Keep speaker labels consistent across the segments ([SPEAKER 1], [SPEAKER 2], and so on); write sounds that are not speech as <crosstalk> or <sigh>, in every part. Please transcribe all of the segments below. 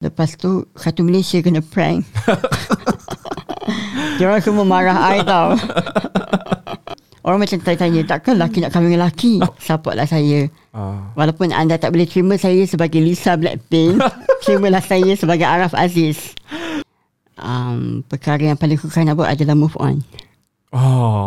[SPEAKER 1] Lepas tu Satu Malaysia kena prank <laughs> Diorang semua marah I tau <laughs> Orang macam tanya-tanya Takkan lelaki nak kahwin dengan lelaki Supportlah saya
[SPEAKER 2] Ah.
[SPEAKER 1] Walaupun anda tak boleh terima saya sebagai Lisa Blackpink <laughs> Terimalah saya sebagai Araf Aziz um, Perkara yang paling sukar nak buat adalah move on
[SPEAKER 2] Oh.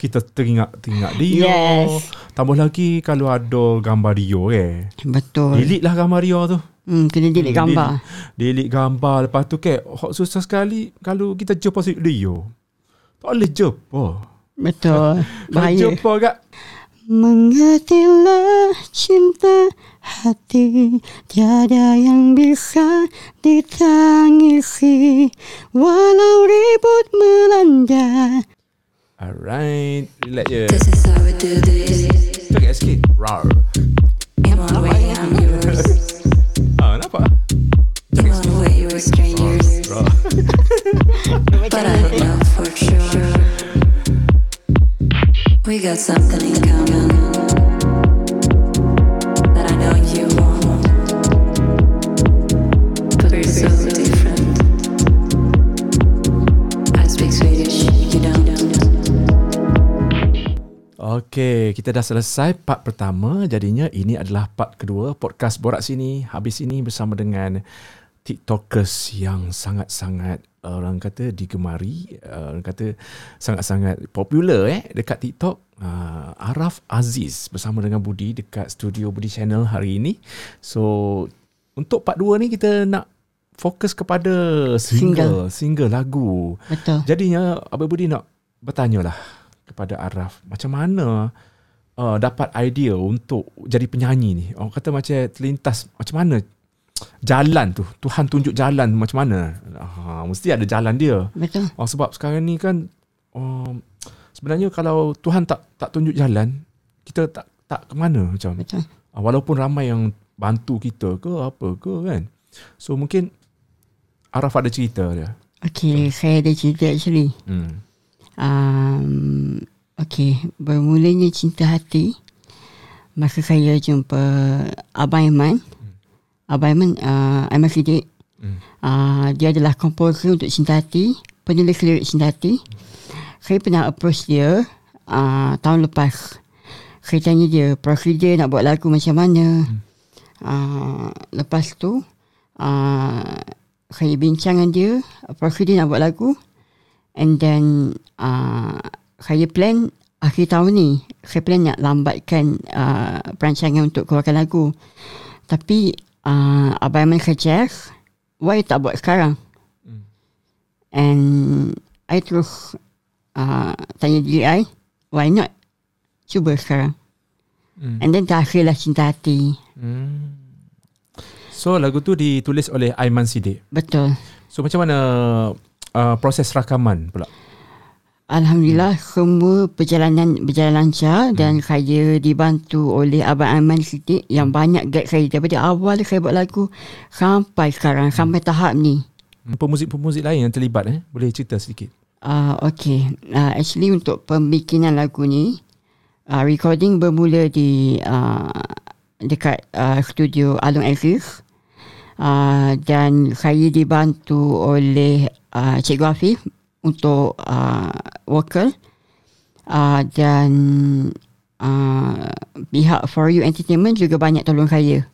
[SPEAKER 2] Kita teringat-teringat Rio.
[SPEAKER 1] Yes.
[SPEAKER 2] Tambah lagi kalau ada gambar Rio eh.
[SPEAKER 1] Betul
[SPEAKER 2] Delete lah gambar Rio tu.
[SPEAKER 1] hmm, Kena delete gambar
[SPEAKER 2] Delete, delete gambar. Lepas tu kek, hok susah sekali kalau kita jumpa si Rio. Tak boleh jumpa.
[SPEAKER 1] Betul
[SPEAKER 2] Kalau
[SPEAKER 1] Bahaya
[SPEAKER 2] jumpa kat
[SPEAKER 1] Mengertilah cinta hati Tiada yang bisa ditangisi Walau ribut melanda
[SPEAKER 2] Alright, relax je.
[SPEAKER 3] This is how we do this.
[SPEAKER 2] Cakap sikit. Rar.
[SPEAKER 3] In one way, I'm yours.
[SPEAKER 2] Ah, kenapa?
[SPEAKER 3] In one way, you're strangers. But I know for sure. We got something in common. That I know you won't. But we're so different. I speak Swedish, you don't.
[SPEAKER 2] Okey, kita dah selesai part pertama. Jadinya ini adalah part kedua podcast Borak Sini. Habis ini bersama dengan TikTokers yang sangat-sangat orang kata digemari, uh, orang kata sangat-sangat popular eh dekat TikTok. Uh, Araf Aziz bersama dengan Budi dekat studio Budi Channel hari ini. So untuk part 2 ni kita nak fokus kepada single, single, single lagu.
[SPEAKER 1] Betul
[SPEAKER 2] Jadinya Abang Budi nak bertanyalah kepada Araf macam mana uh, dapat idea untuk jadi penyanyi ni. Orang kata macam terlintas macam mana jalan tu. Tuhan tunjuk jalan macam mana. Ha, mesti ada jalan dia.
[SPEAKER 1] Betul
[SPEAKER 2] Oh, sebab sekarang ni kan um, sebenarnya kalau Tuhan tak tak tunjuk jalan, kita tak tak ke mana macam.
[SPEAKER 1] Betul
[SPEAKER 2] Ah, Walaupun ramai yang bantu kita ke apa ke kan. So mungkin Araf ada cerita dia.
[SPEAKER 1] Okay, saya ada cerita actually
[SPEAKER 2] Hmm.
[SPEAKER 1] um, Okay, bermulanya cinta hati Masa saya jumpa Abang Iman Abang Iman, uh, Iman Siddiq
[SPEAKER 2] Hmm.
[SPEAKER 1] uh, Dia adalah komposer untuk cinta hati Penulis lirik cinta hati Saya pernah approach dia uh, Tahun lepas Saya tanya dia Prosedur nak buat lagu macam mana uh, Lepas tu uh, Saya bincang dengan dia Prosedur nak buat lagu And then uh, saya plan akhir tahun ni saya plan nak lambatkan uh, perancangan untuk keluarkan lagu. Tapi uh, Abang Aiman suggest why you tak buat sekarang?
[SPEAKER 2] Hmm.
[SPEAKER 1] And I terus uh, tanya diri I why not? Cuba sekarang.
[SPEAKER 2] Hmm.
[SPEAKER 1] And then terhasillah cinta hati.
[SPEAKER 2] Hmm. So lagu tu ditulis oleh Aiman Siddiq.
[SPEAKER 1] Betul.
[SPEAKER 2] So macam mana uh, proses rakaman pula?
[SPEAKER 1] Alhamdulillah semua perjalanan berjalan lancar dan saya dibantu oleh Abang Aiman Siddiq yang banyak guide saya daripada awal saya buat lagu sampai sekarang sampai tahap ni.
[SPEAKER 2] Hmm, Pemuzik-pemuzik lain yang terlibat eh? Boleh cerita sedikit?
[SPEAKER 1] Uh, okay, uh, actually untuk pembikinan lagu ni uh, recording bermula di uh, dekat uh, studio Alung Aziz uh, dan saya dibantu oleh uh, Cikgu Afif untuk uh, vokal uh, dan uh, pihak For You Entertainment juga banyak tolong saya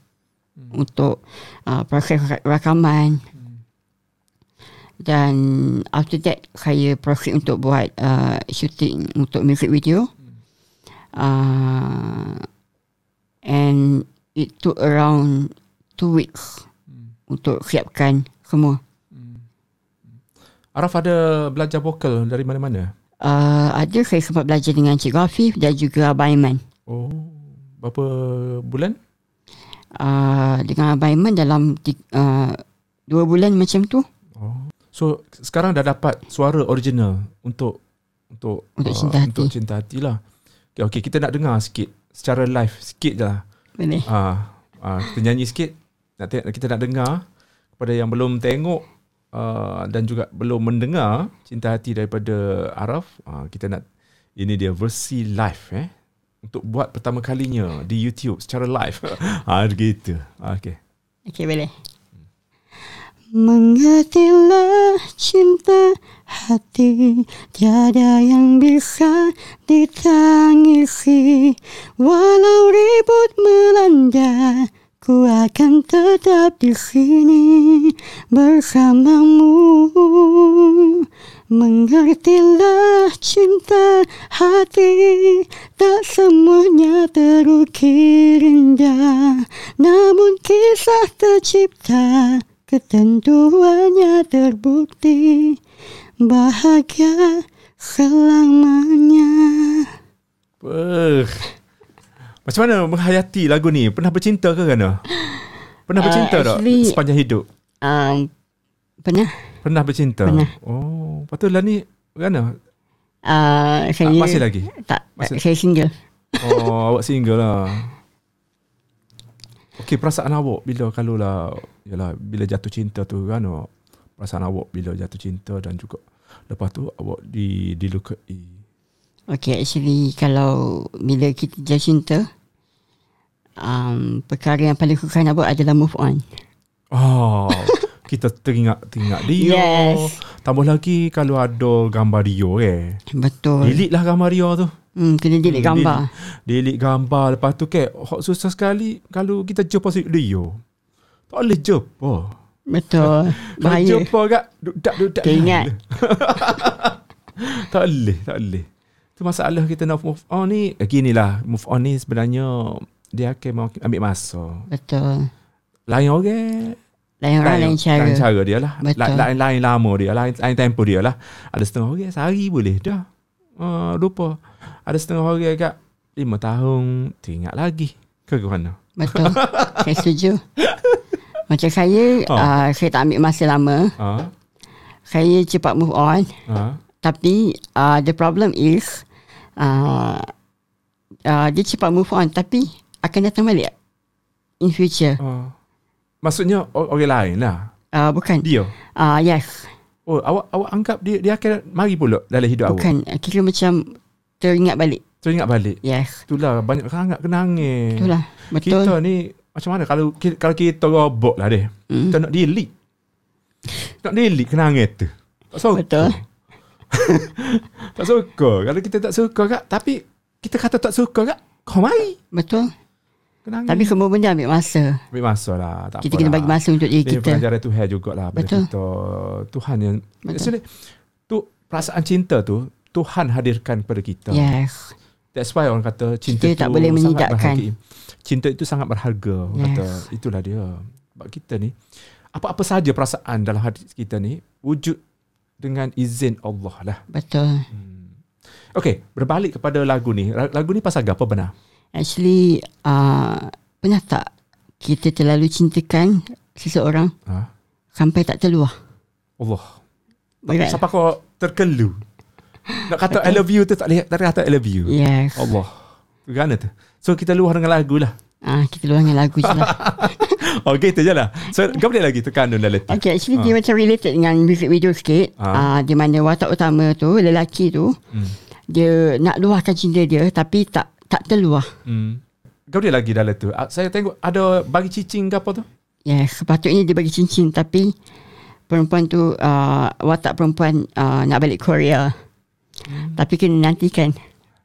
[SPEAKER 1] untuk uh, proses ra- rakaman dan after that saya proceed untuk buat uh, shooting untuk music video uh, and it took around two weeks untuk siapkan semua
[SPEAKER 2] Araf ada belajar vokal dari mana-mana?
[SPEAKER 1] uh, ada saya sempat belajar dengan Cikgu Afif dan juga Abang Aiman
[SPEAKER 2] Oh, berapa bulan?
[SPEAKER 1] uh, dengan Abang Aiman dalam ti- uh, dua bulan macam tu
[SPEAKER 2] Oh. So sekarang dah dapat suara original untuk untuk uh,
[SPEAKER 1] Untuk Cinta Hati.
[SPEAKER 2] Untuk cinta hati lah. Okay, okay, kita nak dengar sikit secara live sikit je lah.
[SPEAKER 1] boleh
[SPEAKER 2] Ah, ah kita nyanyi sikit. Nak tengok, kita nak dengar kepada yang belum tengok uh, dan juga belum mendengar Cinta Hati daripada Araf. Ah, kita nak ini dia versi live eh untuk buat pertama kalinya <laughs> di YouTube secara live. ah gitu. Ah, okay.
[SPEAKER 1] Okay, boleh. Mengertilah cinta hati Tiada yang bisa ditangisi Walau ribut melanda Ku akan tetap di sini bersamamu Mengertilah cinta hati Tak semuanya terukir indah Namun kisah tercipta Ketentuannya terbukti Bahagia selamanya
[SPEAKER 2] Beuh. Macam mana menghayati lagu ni? Pernah bercinta ke Rana? Pernah
[SPEAKER 1] Uh,
[SPEAKER 2] bercinta tak
[SPEAKER 1] actually-
[SPEAKER 2] sepanjang hidup?
[SPEAKER 1] um, Pernah
[SPEAKER 2] Pernah bercinta?
[SPEAKER 1] Pernah.
[SPEAKER 2] Oh, lepas tu lah ni Rana
[SPEAKER 1] uh,
[SPEAKER 2] ah,
[SPEAKER 1] saya,
[SPEAKER 2] masih lagi?
[SPEAKER 1] Tak,
[SPEAKER 2] Masih-
[SPEAKER 1] saya single
[SPEAKER 2] Oh, awak single lah. Okey, perasaan awak bila kalau lah, yalah, bila jatuh cinta tu kan, awak, perasaan awak bila jatuh cinta dan juga lepas tu awak di dilukai.
[SPEAKER 1] Okay, actually kalau bila kita jatuh cinta, um, perkara yang paling susah nak buat adalah move on.
[SPEAKER 2] Oh, <laughs> kita teringat teringat Rio.
[SPEAKER 1] Yes.
[SPEAKER 2] Tambah lagi kalau ada gambar Rio eh.
[SPEAKER 1] Betul.
[SPEAKER 2] Delete lah gambar Rio tu.
[SPEAKER 1] Hmm, kena delete gambar.
[SPEAKER 2] Delete, delete gambar. Lepas tu ke, hok susah sekali kalau kita jumpa si Rio. Tak boleh jumpa.
[SPEAKER 1] <laughs> Betul.
[SPEAKER 2] Kalau
[SPEAKER 1] Bahaya.
[SPEAKER 2] jumpa kat dudak-dudak.
[SPEAKER 1] Teringat.
[SPEAKER 2] tak boleh, tak boleh. Tu masalah kita nak move on ni. eh, Ginilah, move on ni sebenarnya dia akan mak- ambil masa.
[SPEAKER 1] Betul.
[SPEAKER 2] Lain orang.
[SPEAKER 1] Lain orang lain cara.
[SPEAKER 2] Lain cara dia lah.
[SPEAKER 1] Betul.
[SPEAKER 2] Lain, lain, lain lama dia. Lain, lain tempo dia lah. Ada setengah orang sehari boleh dah. Uh, lupa. Ada setengah orang agak lima tahun teringat lagi. Ke ke mana?
[SPEAKER 1] <laughs> Betul. saya setuju. Macam saya,
[SPEAKER 2] Oh.
[SPEAKER 1] oh. uh, saya tak ambil masa lama.
[SPEAKER 2] Ha?
[SPEAKER 1] Saya cepat move on.
[SPEAKER 2] Ha?
[SPEAKER 1] Tapi uh, the problem is, uh, uh, dia cepat move on tapi akan datang balik in future.
[SPEAKER 2] Ha? Maksudnya o- orang lain lah.
[SPEAKER 1] Uh, bukan.
[SPEAKER 2] Dia.
[SPEAKER 1] Ah uh, yes,
[SPEAKER 2] Oh, awak awak anggap dia dia akan mari pula dalam hidup awak.
[SPEAKER 1] bukan. Kan? Kira macam teringat balik.
[SPEAKER 2] Teringat balik.
[SPEAKER 1] Yes.
[SPEAKER 2] Itulah banyak sangat kenangan.
[SPEAKER 1] Itulah. Betul.
[SPEAKER 2] Hmm. Kita ni macam mana kalau ki- kalau kita robot lah deh.
[SPEAKER 1] Hmm.
[SPEAKER 2] Mm. Kita nak delete. Nak delete kenangan tu. Tak suka.
[SPEAKER 1] Betul.
[SPEAKER 2] <laughs> tak suka. Kalau kita tak suka kak, tapi kita kata tak suka kak, kau mari.
[SPEAKER 1] Betul.
[SPEAKER 2] Kenangan.
[SPEAKER 1] Tapi semua benda ambil masa.
[SPEAKER 2] ambil masa lah. Tak
[SPEAKER 1] Kita kena bagi masa untuk diri
[SPEAKER 2] Ini
[SPEAKER 1] kita.
[SPEAKER 2] pengajaran Tuhan jugalah pada
[SPEAKER 1] Betul.
[SPEAKER 2] kita. Tuhan yang
[SPEAKER 1] Betul.
[SPEAKER 2] Actually, tu perasaan cinta tu Tuhan hadirkan kepada kita.
[SPEAKER 1] Yes.
[SPEAKER 2] That's why orang kata cinta
[SPEAKER 1] Kita
[SPEAKER 2] tu
[SPEAKER 1] tak boleh
[SPEAKER 2] sangat
[SPEAKER 1] menyidakkan.
[SPEAKER 2] berharga. Cinta itu sangat berharga. Orang
[SPEAKER 1] Yes.
[SPEAKER 2] kata itulah dia. Sebab kita ni apa-apa saja perasaan dalam hati kita ni wujud dengan izin Allah lah.
[SPEAKER 1] Betul.
[SPEAKER 2] Okey, berbalik kepada lagu ni. Ra- Lagu ni pasal apa benar?
[SPEAKER 1] Actually, uh, pernah tak kita terlalu cintakan seseorang
[SPEAKER 2] Ha?
[SPEAKER 1] sampai tak terluah?
[SPEAKER 2] Allah.
[SPEAKER 1] Berat.
[SPEAKER 2] Siapa kau terkelu? Nak kata I love you tu tak boleh tak boleh kata I love you.
[SPEAKER 1] Yes.
[SPEAKER 2] Allah. Tu Gana tu. So kita luah dengan lagu lah.
[SPEAKER 1] Ah, kita luah dengan lagu je
[SPEAKER 2] <laughs>
[SPEAKER 1] lah.
[SPEAKER 2] Oh gitu je lah. So kau boleh lagi tekan dalam letak.
[SPEAKER 1] Okay, actually dia macam related dengan music video sikit.
[SPEAKER 2] Ah.
[SPEAKER 1] Ah. di mana watak utama tu, lelaki tu,
[SPEAKER 2] Hmm.
[SPEAKER 1] dia nak luahkan cinta dia tapi tak tak terluah.
[SPEAKER 2] Hmm. Kau boleh lagi dalam tu. Ah, Saya tengok ada bagi cicing ke apa tu?
[SPEAKER 1] Ya, yeah, sepatutnya dia bagi cincin tapi perempuan tu uh, watak perempuan uh, nak balik Korea. Hmm. Tapi kena nantikan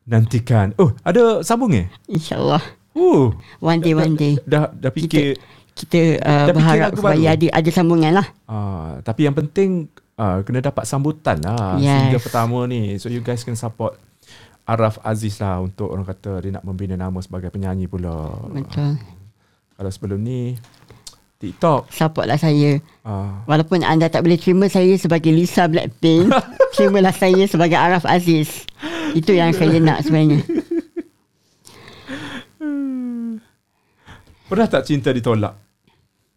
[SPEAKER 2] Nantikan. Oh, ada sambung eh?
[SPEAKER 1] insyaAllah.
[SPEAKER 2] Oh.
[SPEAKER 1] One day one day
[SPEAKER 2] Dah dah fikir
[SPEAKER 1] kita uh,
[SPEAKER 2] Dah fikir
[SPEAKER 1] berharap
[SPEAKER 2] lagu
[SPEAKER 1] supaya
[SPEAKER 2] baru?
[SPEAKER 1] ada ada sambungan lah.
[SPEAKER 2] Ah, tapi yang penting ah, kena dapat sambutan lah yes.
[SPEAKER 1] Yes.
[SPEAKER 2] single pertama ni. So you guys can support Araf Aziz lah untuk orang kata dia nak membina nama sebagai penyanyi pula.
[SPEAKER 1] Betul.
[SPEAKER 2] Kalau sebelum ni TikTok
[SPEAKER 1] Supportlah lah saya.
[SPEAKER 2] ah,
[SPEAKER 1] Walaupun anda tak boleh terima saya sebagai Lisa Blackpink, terimalah saya sebagai Araf Aziz. Itu yang saya nak sebenarnya.
[SPEAKER 2] pernah tak cinta ditolak?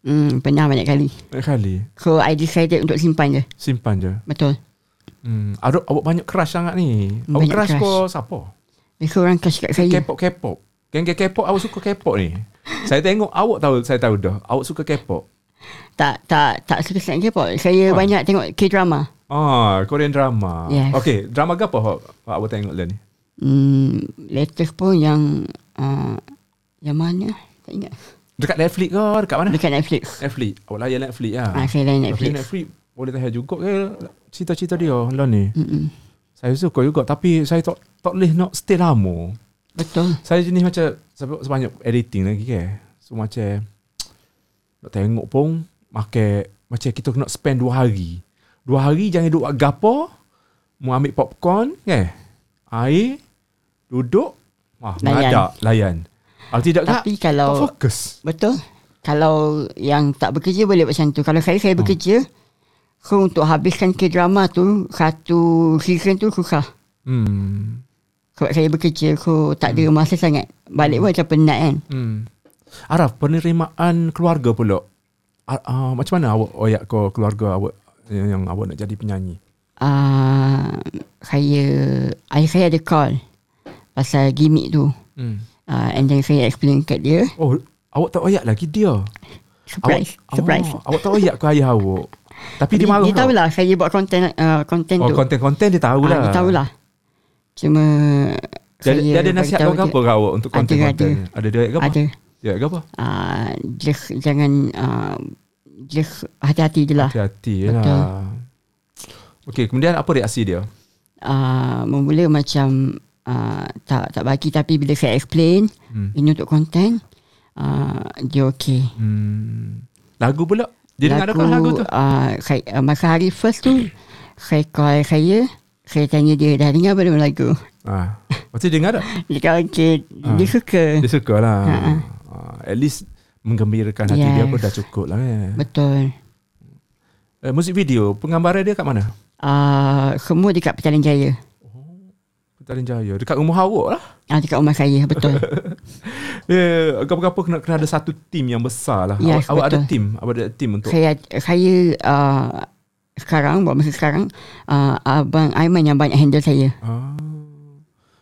[SPEAKER 1] Hmm, pernah banyak kali.
[SPEAKER 2] Banyak kali.
[SPEAKER 1] So I decided untuk simpan je.
[SPEAKER 2] Simpan je.
[SPEAKER 1] Betul.
[SPEAKER 2] Hmm. Ada awak banyak crush sangat ni. Awak
[SPEAKER 1] Banyak
[SPEAKER 2] crush,
[SPEAKER 1] crush.
[SPEAKER 2] crush. ke siapa?
[SPEAKER 1] Dia orang crush kat saya.
[SPEAKER 2] K-pop K-pop. Geng-geng K-pop awak suka K-pop ni. saya tengok awak tahu saya tahu dah. Awak suka K-pop.
[SPEAKER 1] Tak tak tak suka sangat K-pop. Saya oh.
[SPEAKER 2] Oh.
[SPEAKER 1] banyak tengok K-drama.
[SPEAKER 2] Ah, Korean drama.
[SPEAKER 1] Yes.
[SPEAKER 2] Okay, drama ke apa awak, awak tengok lah ni?
[SPEAKER 1] Hmm, latest pun yang uh, yang mana? ah, Tak ingat.
[SPEAKER 2] Dekat Netflix ke Dekat mana?
[SPEAKER 1] Dekat Netflix.
[SPEAKER 2] Netflix Awak layan Netflix lah
[SPEAKER 1] Ah, saya layan
[SPEAKER 2] Tapi
[SPEAKER 1] Netflix.
[SPEAKER 2] Netflix Boleh tahan juga ke Cerita-cerita dia Lah ni Saya suka juga Tapi saya tak Tak boleh nak stay lama
[SPEAKER 1] Betul.
[SPEAKER 2] Saya jenis macam sebab- Sebanyak editing lagi ke So macam Nak tengok pun Makan Macam kita nak spend dua hari Dua hari jangan duduk kat gapo Mau ambil popcorn ke Air Duduk Wah,
[SPEAKER 1] Layan.
[SPEAKER 2] meladak Layan Kalau tidak kak
[SPEAKER 1] Tapi
[SPEAKER 2] Tak
[SPEAKER 1] kalau
[SPEAKER 2] fokus
[SPEAKER 1] Betul. Kalau yang tak bekerja boleh buat macam tu. Kalau saya, saya bekerja. So, untuk habiskan K-drama tu, satu season tu susah.
[SPEAKER 2] Hmm
[SPEAKER 1] Sebab saya bekerja, so tak ada masa sangat. Balik pun macam penat kan.
[SPEAKER 2] Hmm. Araf, penerimaan keluarga pula. Ar- uh, macam mana awak oyak ke keluarga awak yang, yang awak nak jadi penyanyi?
[SPEAKER 1] Uh, saya, ayah saya ada call pasal gimmick tu.
[SPEAKER 2] Hmm.
[SPEAKER 1] Uh, and then saya explain kat dia.
[SPEAKER 2] Oh, awak tak oyak lagi dia.
[SPEAKER 1] Surprise.
[SPEAKER 2] Awak,
[SPEAKER 1] Surprise.
[SPEAKER 2] Oh, awak tak oyak ke ayah awak. Tapi dia, marah.
[SPEAKER 1] Dia
[SPEAKER 2] tak?
[SPEAKER 1] tahu lah saya buat konten uh, konten
[SPEAKER 2] Oh,
[SPEAKER 1] tu.
[SPEAKER 2] konten-konten dia tahu lah.
[SPEAKER 1] Ah, dia tahu lah. Cuma
[SPEAKER 2] Dia,
[SPEAKER 1] saya
[SPEAKER 2] dia ada nasihat
[SPEAKER 1] beritahu
[SPEAKER 2] kau ke apa ke awak untuk
[SPEAKER 1] Ada,
[SPEAKER 2] konten-konten? Ada, dia oyak ke
[SPEAKER 1] dia,
[SPEAKER 2] apa?
[SPEAKER 1] Ada.
[SPEAKER 2] Dia oyak ke apa?
[SPEAKER 1] Uh, just jangan uh, just hati-hati je lah.
[SPEAKER 2] Hati-hati je
[SPEAKER 1] Betul.
[SPEAKER 2] lah. Okey, kemudian apa reaksi dia?
[SPEAKER 1] Uh, memula macam uh, tak tak bagi tapi bila saya explain
[SPEAKER 2] Hmm.
[SPEAKER 1] ini untuk konten uh, dia okey.
[SPEAKER 2] Hmm. Lagu pula? Dia dengar dekat lagu tu?
[SPEAKER 1] Uh, saya, uh, masa hari first tu saya call saya saya tanya dia dah dengar belum lagu.
[SPEAKER 2] Ah. Maksudnya dengar
[SPEAKER 1] <laughs>
[SPEAKER 2] tak?
[SPEAKER 1] Dia kata okey, dia
[SPEAKER 2] Ah.
[SPEAKER 1] suka.
[SPEAKER 2] Dia suka lah
[SPEAKER 1] Ha, ha.
[SPEAKER 2] uh, At least Menggembirakan hati dia
[SPEAKER 1] Yes.
[SPEAKER 2] pun dah cukup lah kan
[SPEAKER 1] Betul.
[SPEAKER 2] uh, Musik video Penggambaran dia kat mana?
[SPEAKER 1] Uh, semua dekat Petaling Jaya.
[SPEAKER 2] Petaling Jaya Dekat rumah awak lah
[SPEAKER 1] Ah, dekat rumah saya,
[SPEAKER 2] <laughs>
[SPEAKER 1] betul.
[SPEAKER 2] yeah, Apa-apa kena, kena ada satu team yang besar lah
[SPEAKER 1] Yes,
[SPEAKER 2] awak, awak ada
[SPEAKER 1] betul.
[SPEAKER 2] team Awak ada team untuk
[SPEAKER 1] saya saya uh, sekarang, buat masa sekarang, uh, Abang Aiman yang banyak handle saya.
[SPEAKER 2] ah.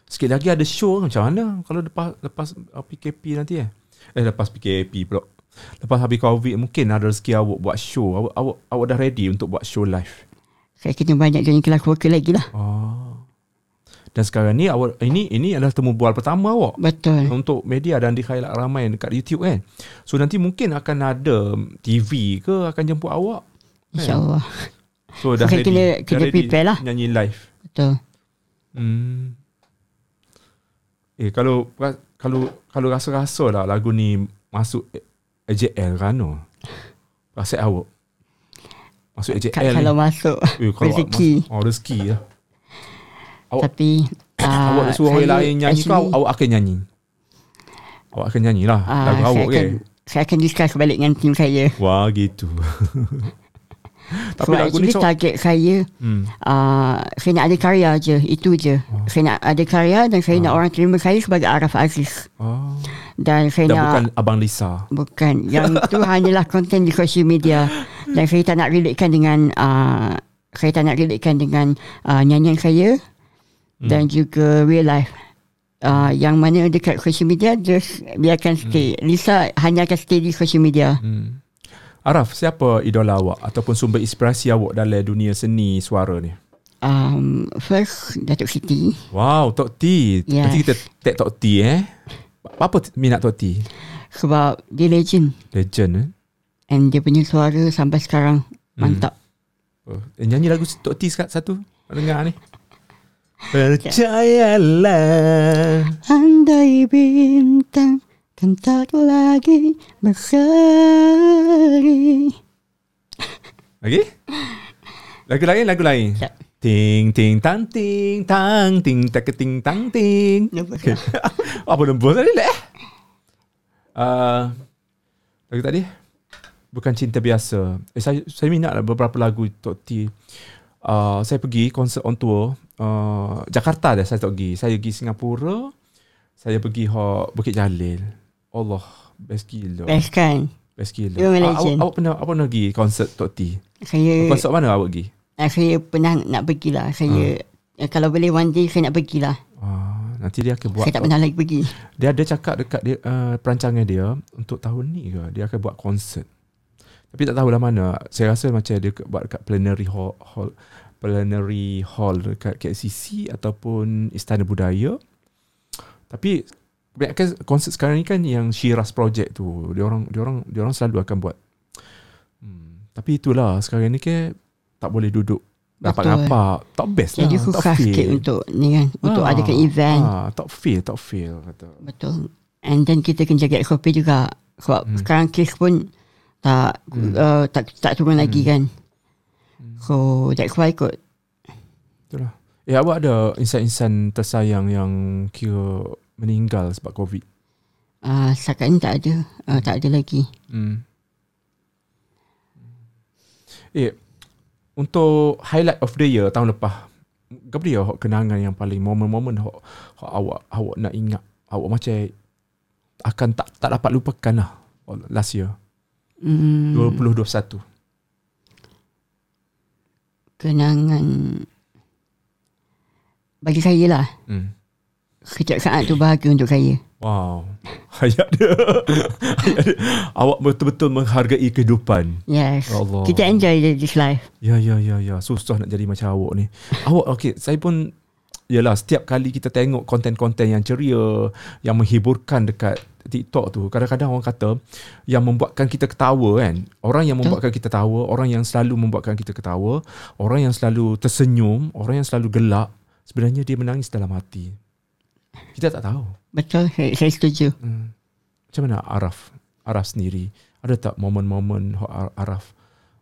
[SPEAKER 2] Sikit lagi ada show kan? macam mana Kalau lepas lepas uh, PKP nanti eh Eh lepas PKP pula Lepas habis COVID Mungkin ada rezeki awak buat show Awak, awak, awak dah ready untuk buat show live
[SPEAKER 1] Saya kena banyak join kelas worker lagi lah.
[SPEAKER 2] Oh dan sekarang ni awak ini ini adalah temu bual pertama awak.
[SPEAKER 1] Betul.
[SPEAKER 2] untuk media dan dikhayalak ramai dekat YouTube kan. So nanti mungkin akan ada TV ke akan jemput awak.
[SPEAKER 1] InsyaAllah.
[SPEAKER 2] So dah
[SPEAKER 1] Kita
[SPEAKER 2] ready.
[SPEAKER 1] kena-
[SPEAKER 2] Dah
[SPEAKER 1] kena
[SPEAKER 2] ready
[SPEAKER 1] prepare lah.
[SPEAKER 2] Nyanyi live.
[SPEAKER 1] Betul.
[SPEAKER 2] Hmm. Eh kalau kalau kalau rasa-rasa lah lagu ni masuk AJL kan no. Rasa awak. Masuk AJL.
[SPEAKER 1] Ka- kalau masuk
[SPEAKER 2] eh, awak
[SPEAKER 1] rezeki.
[SPEAKER 2] masuk- Oh rezeki lah. awak-
[SPEAKER 1] Tapi uh,
[SPEAKER 2] awak nak suruh orang
[SPEAKER 1] saya
[SPEAKER 2] lain nyanyi kau awak akan nyanyi. Awak akan nyanyi lah
[SPEAKER 1] ah,
[SPEAKER 2] lagu
[SPEAKER 1] saya
[SPEAKER 2] awak
[SPEAKER 1] akan,
[SPEAKER 2] kan.
[SPEAKER 1] Saya akan discuss balik dengan tim saya.
[SPEAKER 2] Wah
[SPEAKER 1] <laughs>
[SPEAKER 2] gitu. Tapi
[SPEAKER 1] so,
[SPEAKER 2] lagu ni
[SPEAKER 1] actually
[SPEAKER 2] so,
[SPEAKER 1] target saya
[SPEAKER 2] hmm.
[SPEAKER 1] uh, saya nak ada karya je itu je
[SPEAKER 2] Oh.
[SPEAKER 1] saya nak ada karya dan saya
[SPEAKER 2] Ah.
[SPEAKER 1] nak orang terima saya sebagai Araf Aziz
[SPEAKER 2] oh.
[SPEAKER 1] dan saya
[SPEAKER 2] Dan
[SPEAKER 1] nak
[SPEAKER 2] bukan abang Lisa. <laughs>
[SPEAKER 1] bukan yang itu hanyalah konten di social media dan saya tak nak relatekan dengan uh, saya tak nak relatekan dengan uh, nyanyian saya
[SPEAKER 2] Hmm.
[SPEAKER 1] dan juga real life Uh, yang mana dekat social media just biarkan stay. Lisa hanya akan stay di social media.
[SPEAKER 2] Hmm. Araf, siapa idola awak ataupun sumber inspirasi awak dalam dunia seni suara ni?
[SPEAKER 1] Um, first Datuk Siti.
[SPEAKER 2] Wow, Tok T.
[SPEAKER 1] Yes.
[SPEAKER 2] Nanti kita tag Tok T eh. Apa t- minat Tok T?
[SPEAKER 1] sebab dia legend
[SPEAKER 2] Legend eh.
[SPEAKER 1] and dia punya suara sampai sekarang mantap.
[SPEAKER 2] Oh, eh, nyanyi lagu Tok T sekat satu. Nak dengar ni. Percayalah.
[SPEAKER 1] Andai bintang kan tak lagi berseri.
[SPEAKER 2] Lagi? Lagu lain, lagu lain.
[SPEAKER 1] Sekejap.
[SPEAKER 2] Ting ting tang ting tang ting tak ting tang ting.
[SPEAKER 1] Nombor
[SPEAKER 2] Okay. Apa nombor tadi leh? Uh, lagu tadi bukan cinta biasa. Eh, saya saya minat lah beberapa lagu Tok T. Uh, saya pergi konsert on tour uh, Jakarta dah saya tak pergi. Saya pergi Singapura. Saya pergi ho Bukit Jalil. Allah, best gila.
[SPEAKER 1] Best kan?
[SPEAKER 2] Best gila.
[SPEAKER 1] You're a
[SPEAKER 2] Ah, awak,
[SPEAKER 1] legend. Eh.
[SPEAKER 2] awak pernah awak pernah pergi konsert Tok T?
[SPEAKER 1] Saya
[SPEAKER 2] Konsert mana awak pergi?
[SPEAKER 1] ah, saya pernah nak pergilah. Saya eh, kalau boleh one day saya nak pergilah.
[SPEAKER 2] Ah, nanti dia akan buat.
[SPEAKER 1] Saya tak pernah lagi pergi.
[SPEAKER 2] Dia ada cakap dekat dia uh, perancangan dia untuk tahun ni ke dia akan buat konsert. Tapi tak tahulah mana. Saya rasa macam dia ke- buat dekat plenary hall, hall plenary hall dekat KCC ataupun Istana Budaya. Tapi kebanyakan konsert sekarang ni kan yang Shiraz Project tu. Dia orang dia orang dia orang selalu akan buat. Hmm, tapi itulah sekarang ni ke tak boleh duduk rapat-rapat. Tak best
[SPEAKER 1] eh.
[SPEAKER 2] lah.
[SPEAKER 1] Jadi
[SPEAKER 2] tak
[SPEAKER 1] susah sikit untuk ni kan. Untuk
[SPEAKER 2] Ah,
[SPEAKER 1] adakan event.
[SPEAKER 2] ah, tak feel, tak feel kata.
[SPEAKER 1] Betul. And then kita kena jaga SOP juga. Sebab hmm. sekarang kes pun tak hmm. uh, tak tak turun hmm. lagi kan. So that's why kot.
[SPEAKER 2] Itulah. Eh awak ada insan-insan tersayang yang kira meninggal sebab COVID?
[SPEAKER 1] Uh, setakat ni tak ada. Uh, tak ada lagi.
[SPEAKER 2] Hmm. Eh untuk highlight of the year tahun lepas apa dia hok kenangan yang paling momen-momen hok hok awak awak nak ingat awak macam akan tak tak dapat lupakan lah last year
[SPEAKER 1] Hmm,
[SPEAKER 2] 2021
[SPEAKER 1] kenangan bagi saya lah.
[SPEAKER 2] hmm.
[SPEAKER 1] Kejaksaan tu bahagia untuk saya.
[SPEAKER 2] wow <laughs> hayat dia, hayat dia. awak betul-betul menghargai kehidupan
[SPEAKER 1] Yes.
[SPEAKER 2] Allah.
[SPEAKER 1] Kita enjoy the- this life.
[SPEAKER 2] Ya, ya, ya, ya. Susah nak jadi macam awak ni. Awak, okey, saya pun... Yalah, setiap kali kita tengok konten-konten yang ceria, yang menghiburkan dekat TikTok tu, kadang-kadang orang kata yang membuatkan kita ketawa kan. Orang yang membuatkan kita ketawa, orang yang selalu membuatkan kita ketawa, orang yang selalu tersenyum, orang yang selalu gelak, sebenarnya dia menangis dalam hati. Kita tak tahu.
[SPEAKER 1] Betul. Saya, saya setuju.
[SPEAKER 2] Macam mana Araf? Araf sendiri. Ada tak momen-momen hok Ar- Araf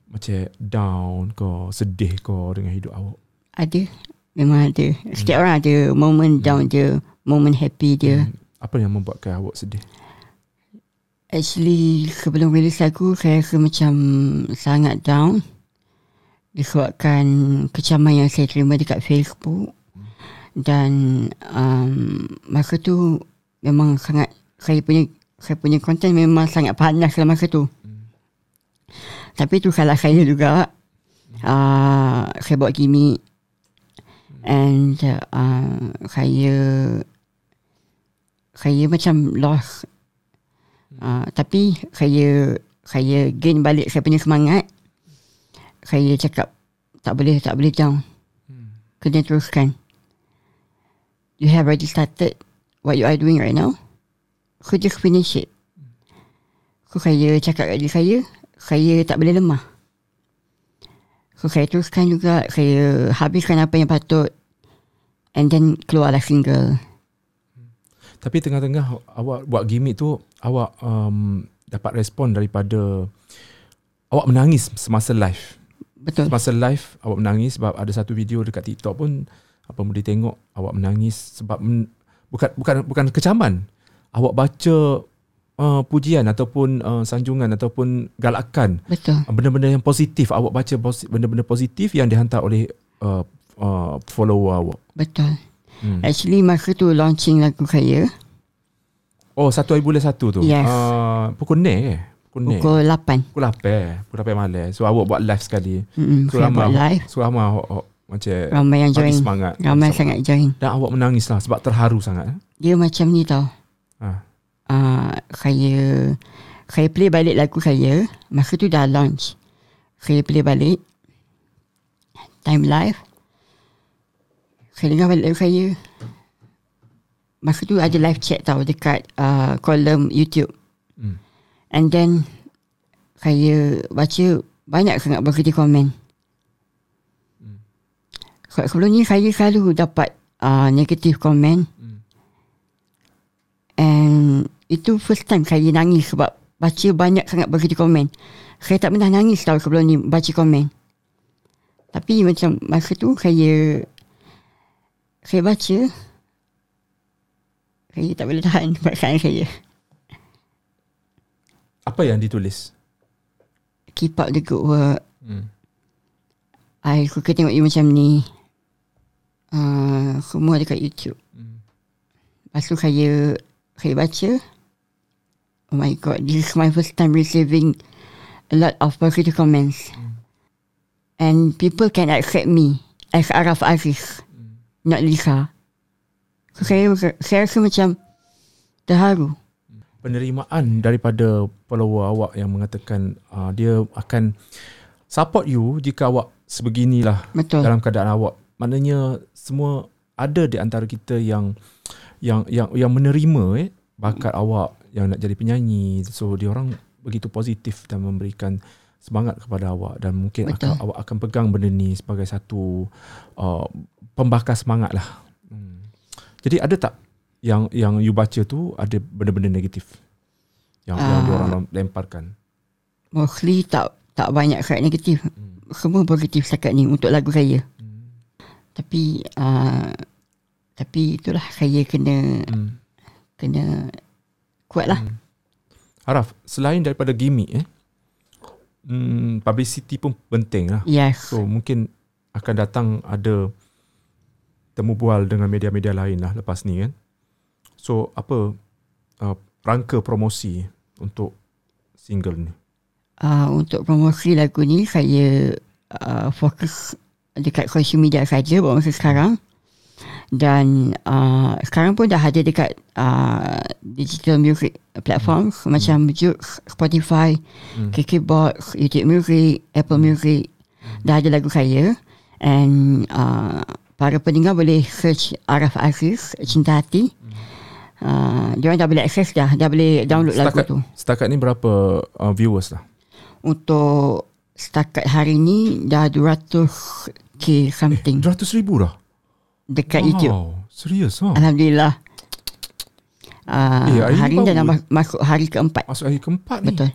[SPEAKER 2] macam down ke, sedih ke dengan hidup awak?
[SPEAKER 1] Ada. Memang ada. Setiap orang ada moment down dia. Moment happy dia.
[SPEAKER 2] Hmm. Apa yang membuatkan awak sedih?
[SPEAKER 1] Actually sebelum rilis lagu saya rasa macam sangat down disebabkan kecaman yang saya terima dekat Facebook dan um, masa tu memang sangat saya punya saya punya konten memang sangat panas dalam masa tu. Tapi tu salah saya juga. Uh, saya buat gimmick and uh, saya saya macam lost Uh, tapi saya saya gain balik saya punya semangat. Saya cakap tak boleh tak boleh down. Kena teruskan. You have already started what you are doing right now. So just finish it. So saya cakap kat diri saya, saya tak boleh lemah. So saya teruskan juga, saya habiskan apa yang patut. And then keluarlah single.
[SPEAKER 2] Tapi tengah-tengah awak buat gimmick tu, awak um, dapat respon daripada awak menangis semasa live.
[SPEAKER 1] Betul.
[SPEAKER 2] Semasa live awak menangis sebab ada satu video dekat TikTok pun apa boleh tengok awak menangis sebab men, bukan bukan bukan kecaman. Awak baca uh, pujian ataupun uh, sanjungan ataupun galakan
[SPEAKER 1] Betul.
[SPEAKER 2] benda-benda yang positif awak baca posi- benda-benda positif yang dihantar oleh uh, uh, follower awak.
[SPEAKER 1] Betul.
[SPEAKER 2] Hmm.
[SPEAKER 1] Actually masa tu launching lagu saya.
[SPEAKER 2] Oh, satu hari bulan satu tu?
[SPEAKER 1] Yes.
[SPEAKER 2] Uh, pukul ni eh? Pukul ni?
[SPEAKER 1] Pukul 8
[SPEAKER 2] Pukul 8. Pukul 8 malam. So, awak buat live sekali.
[SPEAKER 1] Mm-mm,
[SPEAKER 2] So,
[SPEAKER 1] Saya buat live
[SPEAKER 2] ramai- So, ramai awak, awak macam
[SPEAKER 1] Ramai yang
[SPEAKER 2] bagi
[SPEAKER 1] join
[SPEAKER 2] semangat.
[SPEAKER 1] Ramai
[SPEAKER 2] Sebab-
[SPEAKER 1] sangat join
[SPEAKER 2] Dan awak menangis lah sebab terharu sangat. eh?
[SPEAKER 1] Dia macam ni tau
[SPEAKER 2] Ha.
[SPEAKER 1] uh, Saya Saya play balik lagu saya Masa tu dah launch Saya play balik Time live Saya dengar balik lagu saya Masa tu ada live chat tau Dekat uh, kolom YouTube
[SPEAKER 2] Hmm.
[SPEAKER 1] And then Saya baca Banyak sangat berkata komen
[SPEAKER 2] Hmm.
[SPEAKER 1] Se- Sebelum ni saya selalu dapat uh, Negative komen
[SPEAKER 2] Hmm.
[SPEAKER 1] And Itu first time saya nangis Sebab Baca banyak sangat berkata komen Saya tak pernah nangis tau sebelum ni Baca komen Tapi macam Masa tu saya Saya baca Saya tak boleh tahan <laughs> Perasaan saya
[SPEAKER 2] Apa yang ditulis?
[SPEAKER 1] Keep up the good work
[SPEAKER 2] Hmm.
[SPEAKER 1] I suka tengok you macam ni uh, Semua dekat YouTube
[SPEAKER 2] Hmm.
[SPEAKER 1] Lepas tu saya Saya baca Oh my god This is my first time receiving A lot of positive comments And people can accept me As Araf Aziz Not Lisa So saya, saya rasa macam Terharu
[SPEAKER 2] Penerimaan daripada follower awak yang mengatakan uh, dia akan support you jika awak sebeginilah
[SPEAKER 1] Betul
[SPEAKER 2] dalam keadaan awak. Maknanya semua ada di antara kita yang yang yang yang menerima eh bakat
[SPEAKER 1] Hmm.
[SPEAKER 2] awak yang nak jadi penyanyi. So dia orang begitu positif dan memberikan semangat kepada awak dan mungkin
[SPEAKER 1] Betul.
[SPEAKER 2] akan, awak akan pegang benda ni sebagai satu uh, pembakar semangat lah. Hmm. Jadi ada tak yang yang you baca tu ada benda-benda negatif yang, uh. yang
[SPEAKER 1] Ah.
[SPEAKER 2] dia orang lemparkan?
[SPEAKER 1] Mostly tak tak banyak syarat negatif. Semua positif setakat ni untuk lagu saya.
[SPEAKER 2] Hmm.
[SPEAKER 1] Tapi uh, tapi itulah saya kena
[SPEAKER 2] Hmm.
[SPEAKER 1] kena kuatlah.
[SPEAKER 2] Hmm. Haraf, selain daripada gimmick eh, hmm, publicity pun penting lah.
[SPEAKER 1] Yes.
[SPEAKER 2] So mungkin akan datang ada temu bual dengan media-media lain lah lepas ni kan. So apa uh, rangka promosi untuk single ni?
[SPEAKER 1] uh, untuk promosi lagu ni saya uh, fokus dekat social media saja buat masa sekarang dan uh, sekarang pun dah ada dekat uh, digital music platform hmm. macam Joox, Spotify,
[SPEAKER 2] Hmm.
[SPEAKER 1] hmm. KKBox, YouTube Music, Apple Music dah ada lagu saya and uh, para pendengar boleh search Araf Aziz Cinta Hati uh, dia dah boleh akses dah dah boleh download lagu
[SPEAKER 2] Setakat,
[SPEAKER 1] tu
[SPEAKER 2] setakat ni berapa uh, viewers lah?
[SPEAKER 1] untuk setakat hari ni dah 200k something
[SPEAKER 2] 200 ribu dah?
[SPEAKER 1] dekat YouTube.
[SPEAKER 2] serius ha?
[SPEAKER 1] Alhamdulillah. Uh,
[SPEAKER 2] Eh,
[SPEAKER 1] hari
[SPEAKER 2] hari ni
[SPEAKER 1] ni dah
[SPEAKER 2] baru-
[SPEAKER 1] nampak- masuk hari keempat.
[SPEAKER 2] Masuk hari keempat ni.
[SPEAKER 1] Betul.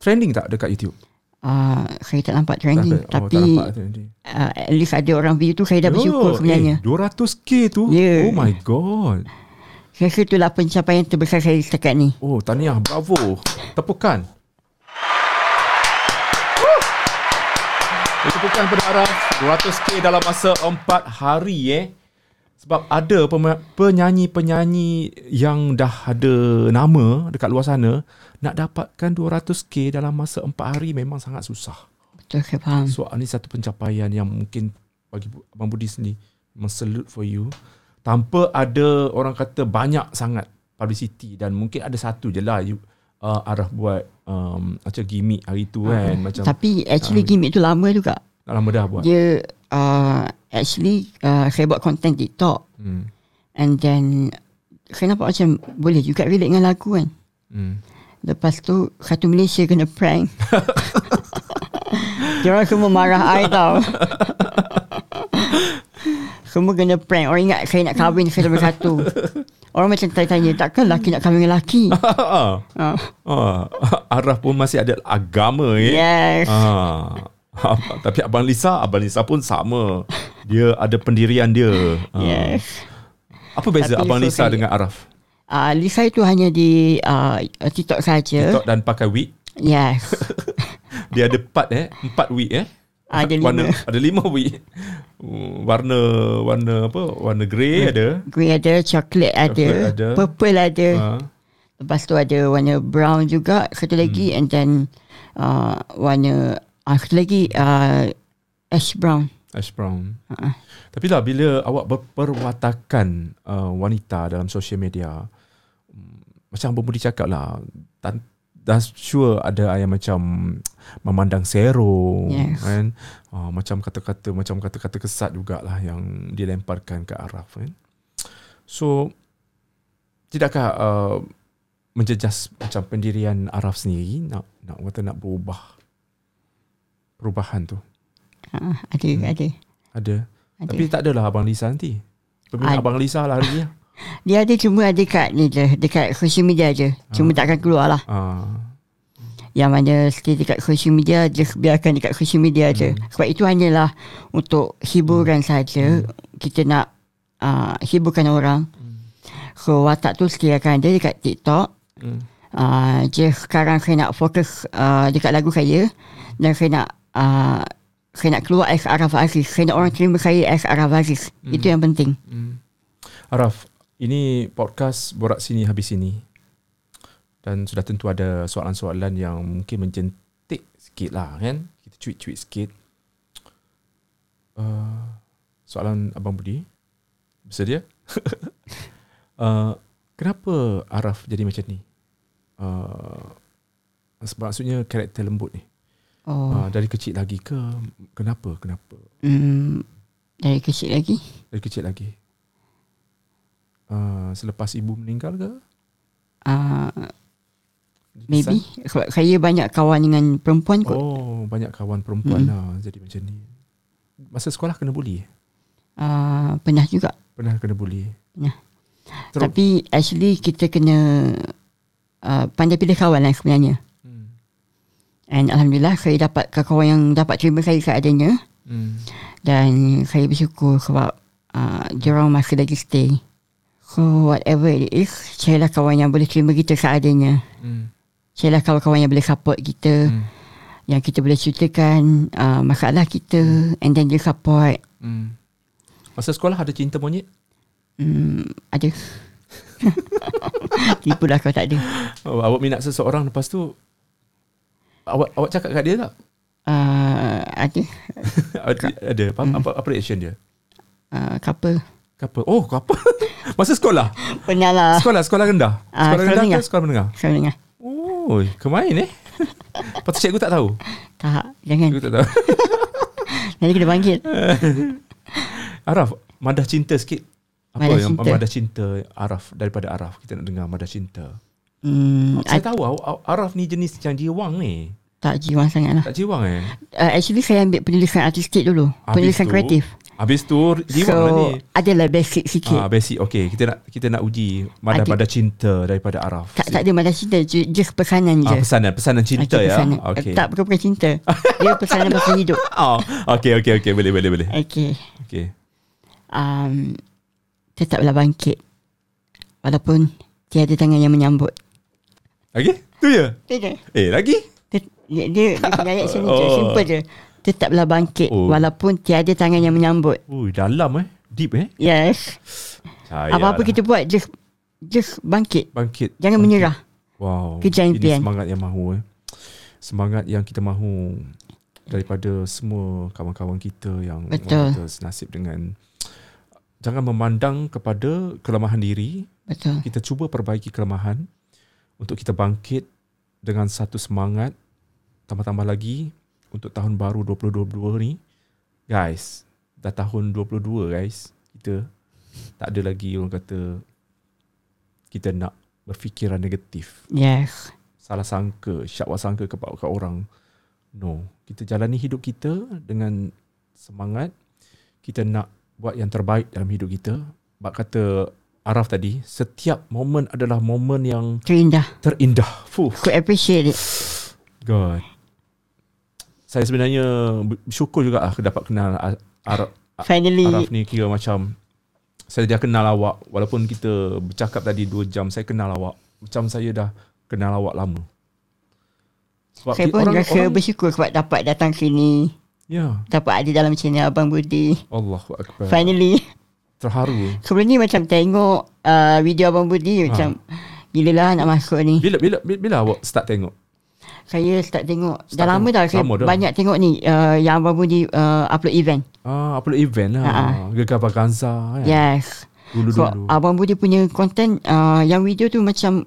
[SPEAKER 2] Trending tak dekat YouTube?
[SPEAKER 1] Uh, saya tak nampak trending
[SPEAKER 2] Tak-
[SPEAKER 1] tapi
[SPEAKER 2] oh, tak nampak trending.
[SPEAKER 1] uh, at least ada orang view tu saya dah bersyukur
[SPEAKER 2] Yo,
[SPEAKER 1] sebenarnya.
[SPEAKER 2] Eh, 200k tu?
[SPEAKER 1] Ya.
[SPEAKER 2] Oh my god.
[SPEAKER 1] Saya rasa itulah pencapaian terbesar saya setakat ni.
[SPEAKER 2] Oh, tahniah. Bravo. Tepukan. Woo. Tepukan pada Araf. 200k dalam masa 4 hari eh. Sebab ada pema- penyanyi-penyanyi yang dah ada nama dekat luar sana nak dapatkan 200k dalam masa 4 hari memang sangat susah.
[SPEAKER 1] Betul saya faham.
[SPEAKER 2] Hmm. So ini satu pencapaian yang mungkin bagi Bu- Abang Budi sendiri mensalute for you tanpa ada orang kata banyak sangat publicity dan mungkin ada satu je lah you uh, arah buat um, macam gimmick hari tu kan macam
[SPEAKER 1] Hmm. Tapi actually
[SPEAKER 2] Ah,
[SPEAKER 1] gimmick tu lama juga.
[SPEAKER 2] dah lama dah buat.
[SPEAKER 1] Dia uh, actually uh, saya buat content TikTok
[SPEAKER 2] Hmm.
[SPEAKER 1] and then saya nampak macam boleh juga relate dengan lagu kan.
[SPEAKER 2] Hmm. <laughs>
[SPEAKER 1] Lepas tu Satu Malaysia kena prank <laughs> Diorang semua marah I tau <laughs> Semua kena prank Orang ingat saya nak kahwin Saya nombor satu Orang macam tanya-tanya Takkan lelaki nak kahwin dengan
[SPEAKER 2] <laughs>
[SPEAKER 1] lelaki Ah,
[SPEAKER 2] Ah, arah pun masih ada agama eh.
[SPEAKER 1] Yes
[SPEAKER 2] Ah. <laughs> Ab- Tapi Abang Lisa, Abang Lisa pun sama. Dia ada pendirian dia. Ah.
[SPEAKER 1] Yes
[SPEAKER 2] Apa beza
[SPEAKER 1] Tapi
[SPEAKER 2] Abang
[SPEAKER 1] so
[SPEAKER 2] Lisa
[SPEAKER 1] saya-
[SPEAKER 2] dengan Araf?
[SPEAKER 1] Ah, Lisa itu hanya di ah, TikTok saja.
[SPEAKER 2] TikTok dan pakai wig?
[SPEAKER 1] Yes
[SPEAKER 2] Dia ada empat eh Empat week eh
[SPEAKER 1] Ada lima.
[SPEAKER 2] warna, Ada lima week <laughs> Hmm, Warna Warna apa Warna grey ada
[SPEAKER 1] Grey ada Coklat
[SPEAKER 2] Coklat
[SPEAKER 1] ada,
[SPEAKER 2] ada.
[SPEAKER 1] Purple ada
[SPEAKER 2] ha.
[SPEAKER 1] Lepas tu ada warna brown juga satu lagi hmm. and then uh, warna uh, satu lagi uh, ash brown.
[SPEAKER 2] Ash brown
[SPEAKER 1] Ha.
[SPEAKER 2] Tapi lah bila awak berperwatakan uh, Wanita dalam social media hmm, Macam Abang Budi cakap lah tan- Dah sure ada yang macam Memandang serong
[SPEAKER 1] Yes.
[SPEAKER 2] kan? Uh, macam kata-kata Macam kata-kata kesat jugalah Yang dilemparkan ke Araf kan? So Tidakkah uh, Menjejas macam pendirian Araf sendiri Nak nak kata nak berubah Perubahan tu
[SPEAKER 1] Uh, ada hmm. ada.
[SPEAKER 2] Ada
[SPEAKER 1] Ada.
[SPEAKER 2] Tapi tak adalah Abang Lisa nanti Pemimpin
[SPEAKER 1] Ad-
[SPEAKER 2] Abang Lisa lah hari ni
[SPEAKER 1] Dia ada cuma ada kat ni je dekat social media je. Cuma takkan keluar lah.
[SPEAKER 2] uh,
[SPEAKER 1] Yang mana stay dekat social media just biarkan dekat social media je. Sebab itu hanyalah untuk hiburan saja. Kita nak uh, hiburkan orang. So watak tu stay akan ada dekat TikTok.
[SPEAKER 2] hmm.
[SPEAKER 1] Uh, je sekarang saya nak fokus uh, dekat lagu saya dan saya nak uh, saya nak keluar as Araf Aziz. Saya nak orang terima saya as Araf Aziz.
[SPEAKER 2] Hmm.
[SPEAKER 1] Mm. Itu yang penting.
[SPEAKER 2] Araf Ini podcast Borak Sini Habis Sini Dan sudah tentu ada soalan-soalan yang mungkin menjentik sikit lah kan Kita cuit-cuit sikit uh, Soalan Abang Budi <laughs> Bersedia? uh, kenapa Araf jadi macam ni? Uh, maksudnya karakter lembut ni
[SPEAKER 1] Oh,
[SPEAKER 2] Ah, dari kecil lagi ke? Kenapa? Kenapa?
[SPEAKER 1] mm, dari kecil lagi.
[SPEAKER 2] Dari kecil lagi. Ah, selepas ibu meninggal ke?
[SPEAKER 1] uh, maybe sebab saya banyak kawan dengan perempuan kot.
[SPEAKER 2] Oh, banyak kawan
[SPEAKER 1] Hmm.
[SPEAKER 2] perempuan lah jadi macam ni. Masa sekolah kena bully? eh?
[SPEAKER 1] Uh, pernah juga.
[SPEAKER 2] Pernah kena bully?
[SPEAKER 1] Pernah.
[SPEAKER 2] Teruk.
[SPEAKER 1] Tapi actually kita kena uh, pandai pilih kawan lah sebenarnya.
[SPEAKER 2] Hmm.
[SPEAKER 1] And Alhamdulillah saya dapat kawan yang dapat terima saya seadanya.
[SPEAKER 2] Hmm.
[SPEAKER 1] Dan saya bersyukur sebab uh, diorang masih lagi stay. So whatever it is, saya lah kawan yang boleh terima kita seadanya.
[SPEAKER 2] Hmm.
[SPEAKER 1] Saya lah kawan-kawan yang boleh support kita.
[SPEAKER 2] Hmm.
[SPEAKER 1] Yang kita boleh ceritakan uh, masalah kita and then dia support.
[SPEAKER 2] Hmm. Masa sekolah ada cinta monyet?
[SPEAKER 1] Hmm, ada. Tipu lah kau tak ada.
[SPEAKER 2] Oh, awak minat seseorang lepas tu awak awak cakap kat dia tak? <laughs>
[SPEAKER 1] Uh, ada.
[SPEAKER 2] ada, ada. Apa,
[SPEAKER 1] Hmm.
[SPEAKER 2] apa, apa reaction dia?
[SPEAKER 1] Uh, couple.
[SPEAKER 2] Kapa? Oh, kapa? <laughs> Masa sekolah?
[SPEAKER 1] Pernah lah.
[SPEAKER 2] Sekolah, sekolah rendah?
[SPEAKER 1] Ah,
[SPEAKER 2] Sekolah
[SPEAKER 1] sekolah
[SPEAKER 2] rendah
[SPEAKER 1] menengah.
[SPEAKER 2] ke sekolah menengah?
[SPEAKER 1] Saya dengar.
[SPEAKER 2] Oh, kemain <laughs> eh? Lepas tu cikgu tak tahu?
[SPEAKER 1] Tak, jangan.
[SPEAKER 2] Cikgu tak tahu.
[SPEAKER 1] Nanti kena panggil.
[SPEAKER 2] <laughs> Araf, madah cinta sikit. Apa
[SPEAKER 1] Madah
[SPEAKER 2] yang
[SPEAKER 1] cinta.
[SPEAKER 2] madah cinta Araf daripada Araf? Kita nak dengar madah cinta.
[SPEAKER 1] Hmm,
[SPEAKER 2] Saya
[SPEAKER 1] ad-
[SPEAKER 2] tahu awak- awak- Araf ni jenis yang jiwang ni.
[SPEAKER 1] tak jiwang sangat lah.
[SPEAKER 2] Tak jiwang eh?
[SPEAKER 1] Uh, actually saya ambil penulisan artistik dulu.
[SPEAKER 2] Habis
[SPEAKER 1] penulisan
[SPEAKER 2] tu-
[SPEAKER 1] kreatif.
[SPEAKER 2] Habis tu jiwang
[SPEAKER 1] so,
[SPEAKER 2] lah ni.
[SPEAKER 1] adalah basic
[SPEAKER 2] Ah,
[SPEAKER 1] sikit.
[SPEAKER 2] basic. Okay, kita nak kita nak uji madah
[SPEAKER 1] Adik.
[SPEAKER 2] madah cinta daripada Araf.
[SPEAKER 1] tak, tak ada malah cinta. ju- Just pesanan
[SPEAKER 2] Ah,
[SPEAKER 1] je.
[SPEAKER 2] pesanan, pesanan cinta
[SPEAKER 1] Okey,
[SPEAKER 2] ya.
[SPEAKER 1] pesanan.
[SPEAKER 2] Okay.
[SPEAKER 1] Eh, Tak, bukan-bukan
[SPEAKER 2] <laughs>
[SPEAKER 1] cinta. Dia pesanan pasal hidup.
[SPEAKER 2] Oh, okay, okay, okay. Boleh, boleh, boleh.
[SPEAKER 1] Okay.
[SPEAKER 2] Okay.
[SPEAKER 1] um, tetaplah bangkit walaupun tiada tangan yang menyambut.
[SPEAKER 2] Okay, tu je.
[SPEAKER 1] Tidak.
[SPEAKER 2] Eh, lagi?
[SPEAKER 1] Dia dia, dia punya
[SPEAKER 2] <laughs>
[SPEAKER 1] ayat sini je,
[SPEAKER 2] Oh.
[SPEAKER 1] simple je. Tetaplah bangkit
[SPEAKER 2] Oh.
[SPEAKER 1] walaupun tiada tangan yang menyambut.
[SPEAKER 2] Ui, dalam eh. Deep eh.
[SPEAKER 1] Yes.
[SPEAKER 2] Saya
[SPEAKER 1] Apa-apa
[SPEAKER 2] lah.
[SPEAKER 1] kita buat just just bangkit.
[SPEAKER 2] bangkit.
[SPEAKER 1] Jangan
[SPEAKER 2] bangkit.
[SPEAKER 1] menyerah.
[SPEAKER 2] Wow.
[SPEAKER 1] Kejar
[SPEAKER 2] Ini
[SPEAKER 1] impian.
[SPEAKER 2] semangat yang mahu eh. Semangat yang kita mahu daripada semua kawan-kawan kita yang
[SPEAKER 1] Betul.
[SPEAKER 2] orang kata senasib dengan jangan memandang kepada kelemahan diri,
[SPEAKER 1] Betul.
[SPEAKER 2] kita cuba perbaiki kelemahan untuk kita bangkit dengan satu semangat tambah-tambah lagi untuk tahun baru 2022 ni guys dah tahun 22 guys kita tak ada lagi orang kata kita nak berfikiran negatif
[SPEAKER 1] Yes.
[SPEAKER 2] salah sangka syak sangka kepada kat orang no kita jalani hidup kita dengan semangat kita nak buat yang terbaik dalam hidup kita bak kata Araf tadi setiap momen adalah momen yang
[SPEAKER 1] Terindah.
[SPEAKER 2] terindah fuh
[SPEAKER 1] Could appreciate it.
[SPEAKER 2] God. Saya sebenarnya bersyukur juga lah dapat kenal Arab
[SPEAKER 1] Finally.
[SPEAKER 2] Araf ni kira macam saya dah kenal awak walaupun kita bercakap tadi 2 jam saya kenal awak macam saya dah kenal awak lama. Sebab
[SPEAKER 1] Saya
[SPEAKER 2] ki-
[SPEAKER 1] pun rasa bersyukur sebab dapat datang sini.
[SPEAKER 2] ya
[SPEAKER 1] Dapat ada dalam channel Abang Budi.
[SPEAKER 2] Allahu akbar.
[SPEAKER 1] Finally.
[SPEAKER 2] Terharu.
[SPEAKER 1] Sebelum ni macam tengok uh, video Abang Budi ha. macam gila lah nak masuk ni.
[SPEAKER 2] Bila bila bila awak start tengok?
[SPEAKER 1] Saya start tengok.
[SPEAKER 2] Start
[SPEAKER 1] Start dah lama
[SPEAKER 2] tengok.
[SPEAKER 1] dah saya
[SPEAKER 2] Lama dah.
[SPEAKER 1] banyak tengok ni uh, yang Abang Budi uh, upload event.
[SPEAKER 2] Ah upload event lah.
[SPEAKER 1] Ha,
[SPEAKER 2] Gegar Vaganza kan.
[SPEAKER 1] Yes. Ya. So ah-
[SPEAKER 2] Dulu-dulu.
[SPEAKER 1] Abang Budi punya content uh, yang video tu macam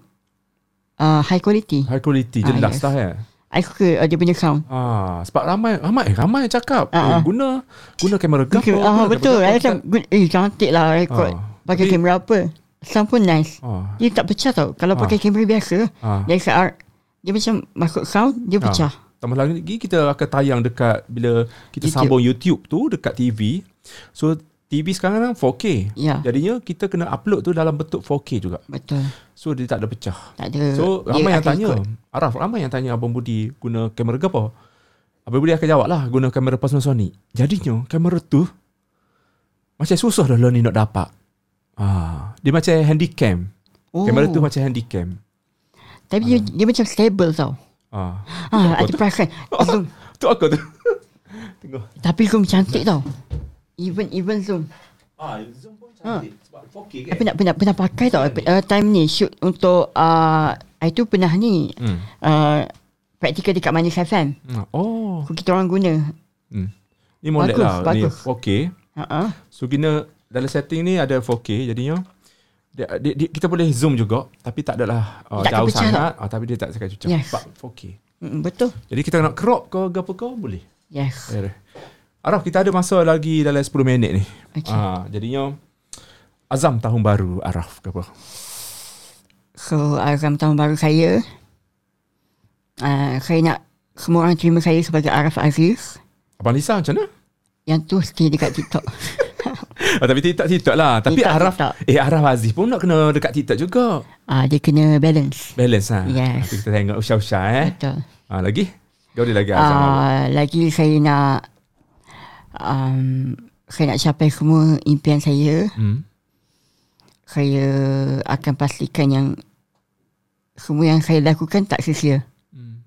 [SPEAKER 1] uh, high quality.
[SPEAKER 2] High quality
[SPEAKER 1] Ah,
[SPEAKER 2] jelas
[SPEAKER 1] yes.
[SPEAKER 2] lah eh.
[SPEAKER 1] I suka uh, dia punya sound.
[SPEAKER 2] Ah, sebab ramai ramai eh, ramai yang cakap
[SPEAKER 1] Ah,
[SPEAKER 2] eh,
[SPEAKER 1] ah.
[SPEAKER 2] guna guna kamera gap.
[SPEAKER 1] Okay. Ah, betul. I macam good. Eh cantik lah record.
[SPEAKER 2] Ah,
[SPEAKER 1] Pakai
[SPEAKER 2] tapi-
[SPEAKER 1] kamera apa. Sound pun nice.
[SPEAKER 2] Ah,
[SPEAKER 1] Dia tak pecah tau. Kalau
[SPEAKER 2] Ah.
[SPEAKER 1] pakai kamera biasa,
[SPEAKER 2] ah.
[SPEAKER 1] DSLR, dia macam masuk sound, dia
[SPEAKER 2] Ah.
[SPEAKER 1] pecah.
[SPEAKER 2] Tambah lagi kita akan tayang dekat bila kita
[SPEAKER 1] YouTube.
[SPEAKER 2] sambung YouTube tu dekat TV. So TV sekarang kan 4K.
[SPEAKER 1] Ya.
[SPEAKER 2] Jadinya kita kena upload tu dalam bentuk 4K juga.
[SPEAKER 1] Betul.
[SPEAKER 2] So dia tak ada pecah.
[SPEAKER 1] Tak ada.
[SPEAKER 2] Ya. So
[SPEAKER 1] Eh, dia
[SPEAKER 2] ramai yang
[SPEAKER 1] akan
[SPEAKER 2] tanya
[SPEAKER 1] ikut.
[SPEAKER 2] Araf ramai yang tanya Abang Budi guna kamera ke apa Abang Budi akan jawab lah Guna kamera Panasonic Jadinya kamera tu Macam susah dah lah ni nak dapat ah, Dia macam handycam
[SPEAKER 1] Oh.
[SPEAKER 2] Kamera tu macam Ah. handycam
[SPEAKER 1] Tapi dia, dia macam stable tau. <laughs>
[SPEAKER 2] ah.
[SPEAKER 1] Ah, ada perasan.
[SPEAKER 2] <laughs>
[SPEAKER 1] Zoom.
[SPEAKER 2] Tu aku tu Tengok
[SPEAKER 1] Tapi zoom cantik tau. Even even zoom.
[SPEAKER 2] Ah, zoom pun cantik
[SPEAKER 1] Ha.
[SPEAKER 2] Sebab 4K
[SPEAKER 1] Saya pernah pernah pernah pakai tau
[SPEAKER 2] Hmm.
[SPEAKER 1] uh, time ni shoot untuk ah uh, itu pernah ni
[SPEAKER 2] hmm.
[SPEAKER 1] uh, praktikal dekat Manis FM.
[SPEAKER 2] Hmm. Oh
[SPEAKER 1] Aku kita orang guna.
[SPEAKER 2] hmm. Ni molek
[SPEAKER 1] Bagus,
[SPEAKER 2] lah Ni
[SPEAKER 1] bagus.
[SPEAKER 2] 4K
[SPEAKER 1] Ha ah.
[SPEAKER 2] So kena dalam setting ni ada 4K jadinya dia, dia, dia, kita boleh zoom juga tapi tak adalah uh,
[SPEAKER 1] Tak
[SPEAKER 2] jauh
[SPEAKER 1] terpecah lah.
[SPEAKER 2] sangat uh, tapi dia tak sangat cucak
[SPEAKER 1] Yes.
[SPEAKER 2] sebab 4K.
[SPEAKER 1] Mm, betul.
[SPEAKER 2] Jadi kita nak crop ke ke apa ke boleh.
[SPEAKER 1] Yes.
[SPEAKER 2] Eh, eh. Araf kita ada masa lagi dalam 10 minit ni. Uh.
[SPEAKER 1] Okey.
[SPEAKER 2] Ah jadinya azam tahun baru Araf ke apa.
[SPEAKER 1] So Azam tahun baru saya uh, Saya nak Semua orang terima saya sebagai Araf Aziz
[SPEAKER 2] Abang Lisa macam mana?
[SPEAKER 1] Yang tu stay dekat
[SPEAKER 2] <laughs>
[SPEAKER 1] TikTok
[SPEAKER 2] Oh, tapi TikTok TikTok lah. Tapi
[SPEAKER 1] TikTok,
[SPEAKER 2] Araf
[SPEAKER 1] TikTok.
[SPEAKER 2] eh Araf Aziz pun nak kena dekat TikTok juga.
[SPEAKER 1] uh, Dia kena balance
[SPEAKER 2] Balance ha.
[SPEAKER 1] Yes.
[SPEAKER 2] Nanti kita tengok usha-usha eh. Ya,
[SPEAKER 1] Betul
[SPEAKER 2] Ha, lagi? Kau dia lagi Azam. apa?
[SPEAKER 1] uh, Lagi saya nak um, Saya nak capai semua impian saya
[SPEAKER 2] Hmm.
[SPEAKER 1] Saya akan pastikan yang Semua yang saya lakukan tak sia-sia
[SPEAKER 2] Hmm.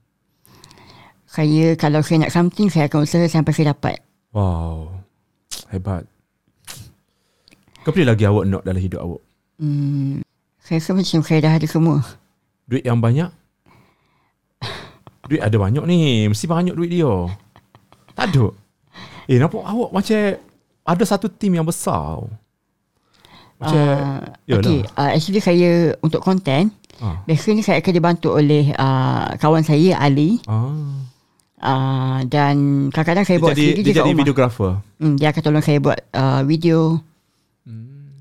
[SPEAKER 1] Saya kalau saya nak something Saya akan usaha sampai saya dapat
[SPEAKER 2] Wow. Hebat. Kau pilih lagi awak nak dalam hidup awak.
[SPEAKER 1] hmm, Saya rasa macam saya dah ada semua
[SPEAKER 2] Duit yang banyak. Duit ada banyak ni. Mesti banyak duit dia. Tak ada. Eh, nampak awak macam ada satu tim yang besar. Macam,
[SPEAKER 1] Ah,
[SPEAKER 2] yalah.
[SPEAKER 1] Okay uh, Actually saya Untuk konten
[SPEAKER 2] Ah.
[SPEAKER 1] Biasanya saya akan dibantu oleh uh, Kawan saya Ali
[SPEAKER 2] ah.
[SPEAKER 1] uh, Dan Kadang-kadang saya
[SPEAKER 2] Dia
[SPEAKER 1] buat
[SPEAKER 2] jadi,
[SPEAKER 1] sendiri
[SPEAKER 2] dia
[SPEAKER 1] kat
[SPEAKER 2] jadi
[SPEAKER 1] rumah.
[SPEAKER 2] videographer.
[SPEAKER 1] Hmm, dia akan tolong saya buat uh, video.
[SPEAKER 2] Hmm.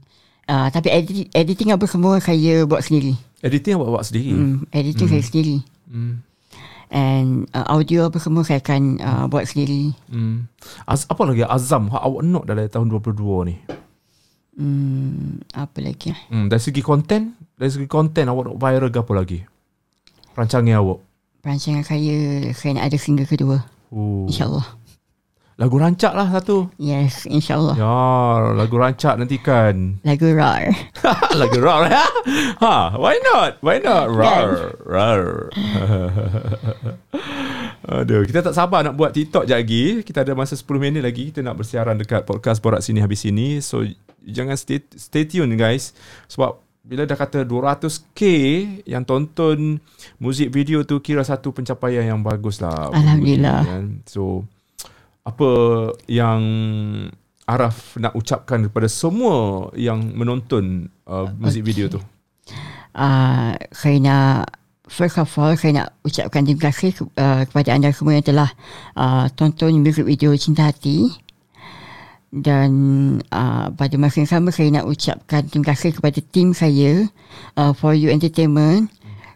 [SPEAKER 1] Uh, tapi edit, editing apa semua saya buat sendiri.
[SPEAKER 2] Editing awak buat sendiri. Hmm.
[SPEAKER 1] Hmm, editing saya sendiri.
[SPEAKER 2] Hmm.
[SPEAKER 1] And uh, audio apa semua saya akan uh, buat sendiri.
[SPEAKER 2] Hmm. Az, apa lagi azam hak awak nak dalam tahun 22 ni?
[SPEAKER 1] Hmm, apa lagi? eh?
[SPEAKER 2] Hmm, dari segi konten, dari segi konten awak nak viral ke apa lagi? Rancangan awak.
[SPEAKER 1] Perancangan saya, saya nak ada single kedua.
[SPEAKER 2] Oh.
[SPEAKER 1] InsyaAllah.
[SPEAKER 2] Lagu rancak lah satu.
[SPEAKER 1] Yes, insyaAllah.
[SPEAKER 2] Ya, lagu rancak nanti kan.
[SPEAKER 1] Lagu rock.
[SPEAKER 2] <laughs> lagu rar. ha, why not? Why not? Rar. Rar. <laughs> Aduh, kita tak sabar nak buat TikTok je lagi. Kita ada masa 10 minit lagi. Kita nak bersiaran dekat podcast Borak Sini Habis Sini. So, jangan stay, stay tune guys. Sebab bila dah kata 200k yang tonton muzik video tu kira satu pencapaian yang bagus lah.
[SPEAKER 1] Alhamdulillah.
[SPEAKER 2] Kan? So, apa yang Araf nak ucapkan kepada semua yang menonton uh, muzik okay. video tu?
[SPEAKER 1] Uh, saya nak First of all, saya nak ucapkan terima kasih ke- uh, kepada anda semua yang telah uh, tonton music video Cinta Hati. Dan uh, pada masa yang sama, saya nak ucapkan terima kasih kepada tim saya uh, For You Entertainment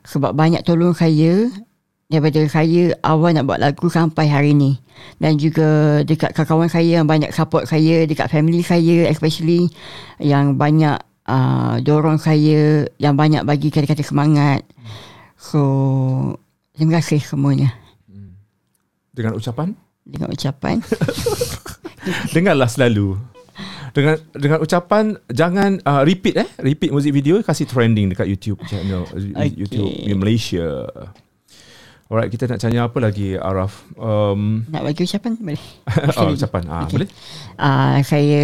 [SPEAKER 1] sebab banyak tolong saya daripada saya awal nak buat lagu sampai hari ni. Dan juga dekat kawan-kawan saya yang banyak support saya, dekat family saya especially yang banyak uh, dorong saya, yang banyak bagi kata-kata semangat. So, terima kasih semuanya
[SPEAKER 2] Dengan ucapan?
[SPEAKER 1] dengan ucapan.
[SPEAKER 2] Dengarlah selalu. Dengan dengan ucapan jangan uh, repeat eh repeat muzik video kasih trending dekat YouTube channel okay.
[SPEAKER 1] Okay.
[SPEAKER 2] YouTube di Malaysia. Alright kita nak tanya apa lagi Araf? Um,
[SPEAKER 1] nak bagi ucapan boleh?
[SPEAKER 2] <laughs> oh, ucapan ah okay.
[SPEAKER 1] Okay.
[SPEAKER 2] boleh?
[SPEAKER 1] uh, saya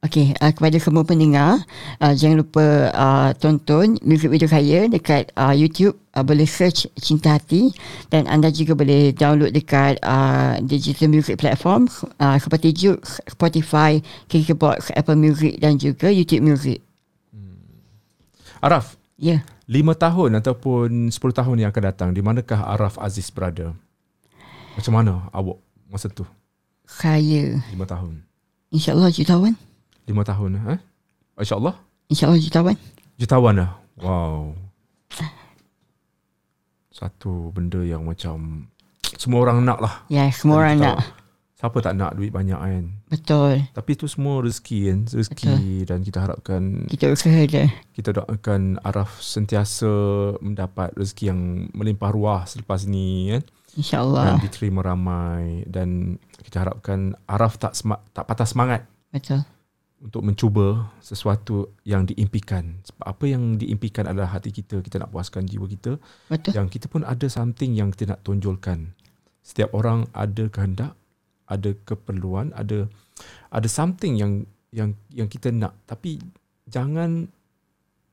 [SPEAKER 1] Okey, uh, kepada semua pendengar, uh, jangan lupa uh, tonton music video saya dekat uh, YouTube. Uh, boleh search Cinta Hati dan anda juga boleh download dekat uh, digital music platform uh, seperti Juke, Spotify, Kickbox, Apple Music dan juga YouTube Music.
[SPEAKER 2] Araf
[SPEAKER 1] Ya, yeah.
[SPEAKER 2] lima tahun ataupun 10 tahun yang akan datang di manakah Araf Aziz berada? Macam mana awak masa tu?
[SPEAKER 1] saya
[SPEAKER 2] lima tahun.
[SPEAKER 1] insyaAllah jutawan.
[SPEAKER 2] lima tahun eh? InsyaAllah
[SPEAKER 1] InsyaAllah jutawan.
[SPEAKER 2] Jutawan lah Wow Satu benda yang macam Semua orang nak lah
[SPEAKER 1] Ya, yeah, semua orang
[SPEAKER 2] Jutawan.
[SPEAKER 1] nak.
[SPEAKER 2] Siapa tak nak duit banyak kan
[SPEAKER 1] Betul.
[SPEAKER 2] Tapi tu semua rezeki kan Rezeki Betul. Dan kita harapkan
[SPEAKER 1] Kita usaha je.
[SPEAKER 2] Kita doakan Araf sentiasa Mendapat rezeki yang Melimpah ruah selepas ni kan Dan
[SPEAKER 1] InsyaAllah.
[SPEAKER 2] diterima ramai Dan kita harapkan Araf tak sema- tak patah semangat
[SPEAKER 1] Betul.
[SPEAKER 2] untuk mencuba sesuatu yang diimpikan. Sebab apa yang diimpikan adalah hati kita, kita nak puaskan jiwa kita.
[SPEAKER 1] Betul.
[SPEAKER 2] Yang kita pun ada something yang kita nak tonjolkan. Setiap orang ada kehendak, ada keperluan, ada ada something yang yang yang kita nak. Tapi jangan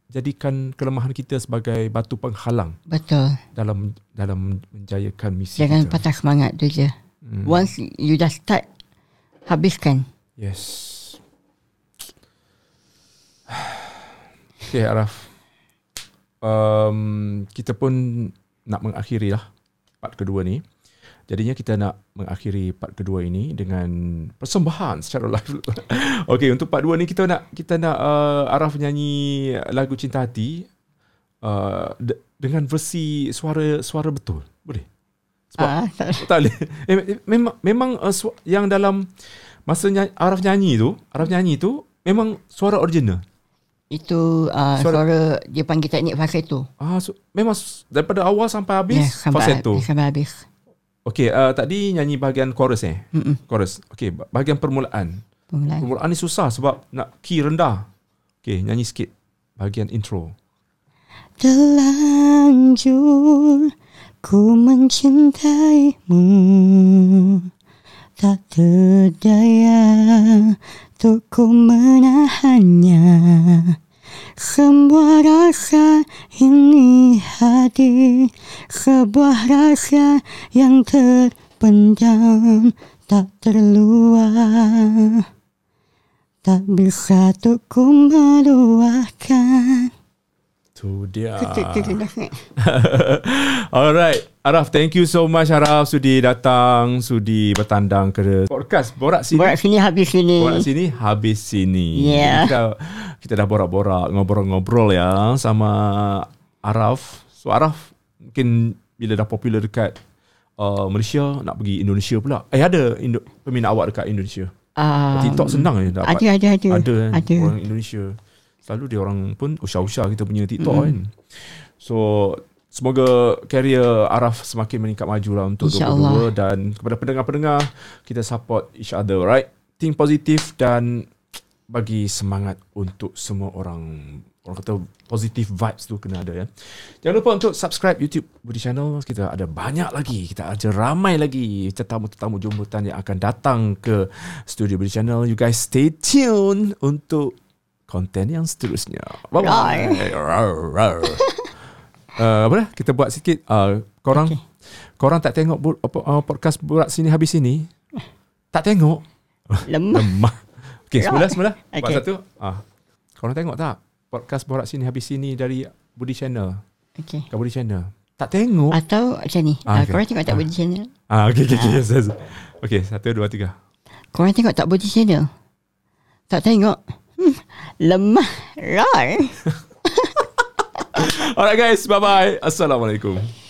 [SPEAKER 2] jadikan kelemahan kita sebagai batu penghalang
[SPEAKER 1] Betul.
[SPEAKER 2] dalam dalam menjayakan misi
[SPEAKER 1] Jangan
[SPEAKER 2] kita.
[SPEAKER 1] patah semangat tu je.
[SPEAKER 2] Hmm.
[SPEAKER 1] Once you dah start, habiskan.
[SPEAKER 2] Yes. Okay Araf. Um, kita pun nak mengakhiri lah part kedua ni Jadinya kita nak mengakhiri part kedua ini dengan persembahan secara <laughs> live. Okey, untuk part dua ni kita nak kita nak uh, Araf nyanyi lagu Cinta Hati uh, de- dengan versi suara suara betul. Boleh? Sebab
[SPEAKER 1] Ah, tak,
[SPEAKER 2] tak boleh. <laughs> Eh, eh, Memang memang uh, su- yang dalam masa nyanyi, Araf nyanyi tu, Araf nyanyi tu memang suara original.
[SPEAKER 1] itu uh,
[SPEAKER 2] Suara-
[SPEAKER 1] suara, dia panggil teknik falsetto.
[SPEAKER 2] Ah, so, memang s- daripada awal sampai habis
[SPEAKER 1] Ya,
[SPEAKER 2] yeah,
[SPEAKER 1] sampai,
[SPEAKER 2] falsetto.
[SPEAKER 1] sampai habis.
[SPEAKER 2] Okey, uh, tadi nyanyi bahagian chorus eh. Mm-mm. Chorus. Okey, ba- bahagian permulaan.
[SPEAKER 1] Permulaan.
[SPEAKER 2] Permulaan ni susah sebab nak key rendah. Okey, nyanyi sikit bahagian intro.
[SPEAKER 1] Terlanjur ku mencintaimu Tak terdaya untuk ku menahannya Semua rasa ini hati Sebuah rasa yang terpendam Tak terluah Tak bisa untuk ku meluahkan
[SPEAKER 2] Tu dia.
[SPEAKER 1] Kecil-kecil
[SPEAKER 2] Alright. Araf, thank you so much Araf sudi datang, sudi bertandang ke podcast Borak Sini.
[SPEAKER 1] Borak sini habis sini.
[SPEAKER 2] Borak sini habis sini.
[SPEAKER 1] Yeah.
[SPEAKER 2] Kita kita dah borak-borak, ngobrol-ngobrol ya sama Araf. So Araf mungkin bila dah popular dekat uh, Malaysia nak pergi Indonesia pula. Eh ada Indo- peminat awak dekat Indonesia.
[SPEAKER 1] Ah,
[SPEAKER 2] TikTok senang je dapat.
[SPEAKER 1] ada ada ada.
[SPEAKER 2] Ada, kan?
[SPEAKER 1] Ada.
[SPEAKER 2] orang Indonesia. Selalu dia orang pun usah-usah kita punya TikTok mm.
[SPEAKER 1] Mm-hmm.
[SPEAKER 2] kan. So semoga karier Araf semakin meningkat maju lah untuk
[SPEAKER 1] InsyaAllah.
[SPEAKER 2] 22 dan kepada pendengar-pendengar kita support each other right. Think positif dan bagi semangat untuk semua orang orang kata positive vibes tu kena ada ya. Jangan lupa untuk subscribe YouTube Budi Channel. Kita ada banyak lagi. Kita ada ramai lagi tetamu-tetamu jemputan yang akan datang ke studio Budi Channel. You guys stay tuned untuk konten yang seterusnya. Bye-bye. Rawr, <laughs> rawr. Uh, apa dah? Kita buat sikit. Uh, korang okay. korang tak tengok bu- apa, uh, podcast Borak Sini Habis Sini? Tak <laughs> tengok?
[SPEAKER 1] Lemah.
[SPEAKER 2] Lemah. Okey,
[SPEAKER 1] Ya.
[SPEAKER 2] semula semula. Okay. Buat
[SPEAKER 1] Okey.
[SPEAKER 2] satu. Ah. Korang tengok tak? Podcast Borak Sini Habis Sini dari Budi Channel.
[SPEAKER 1] Okey.
[SPEAKER 2] Kat Budi Channel. Tak tengok.
[SPEAKER 1] Atau macam ni.
[SPEAKER 2] Ah,
[SPEAKER 1] Ah,
[SPEAKER 2] okey.
[SPEAKER 1] Korang tengok tak
[SPEAKER 2] Ah.
[SPEAKER 1] body channel?
[SPEAKER 2] Ah, okey okey <laughs> okey. Yes, yes. Okey, satu, dua, tiga.
[SPEAKER 1] Korang tengok tak body channel? Tak tengok. Hmm, lemah. Roy.
[SPEAKER 2] Alright guys, bye-bye. Assalamualaikum.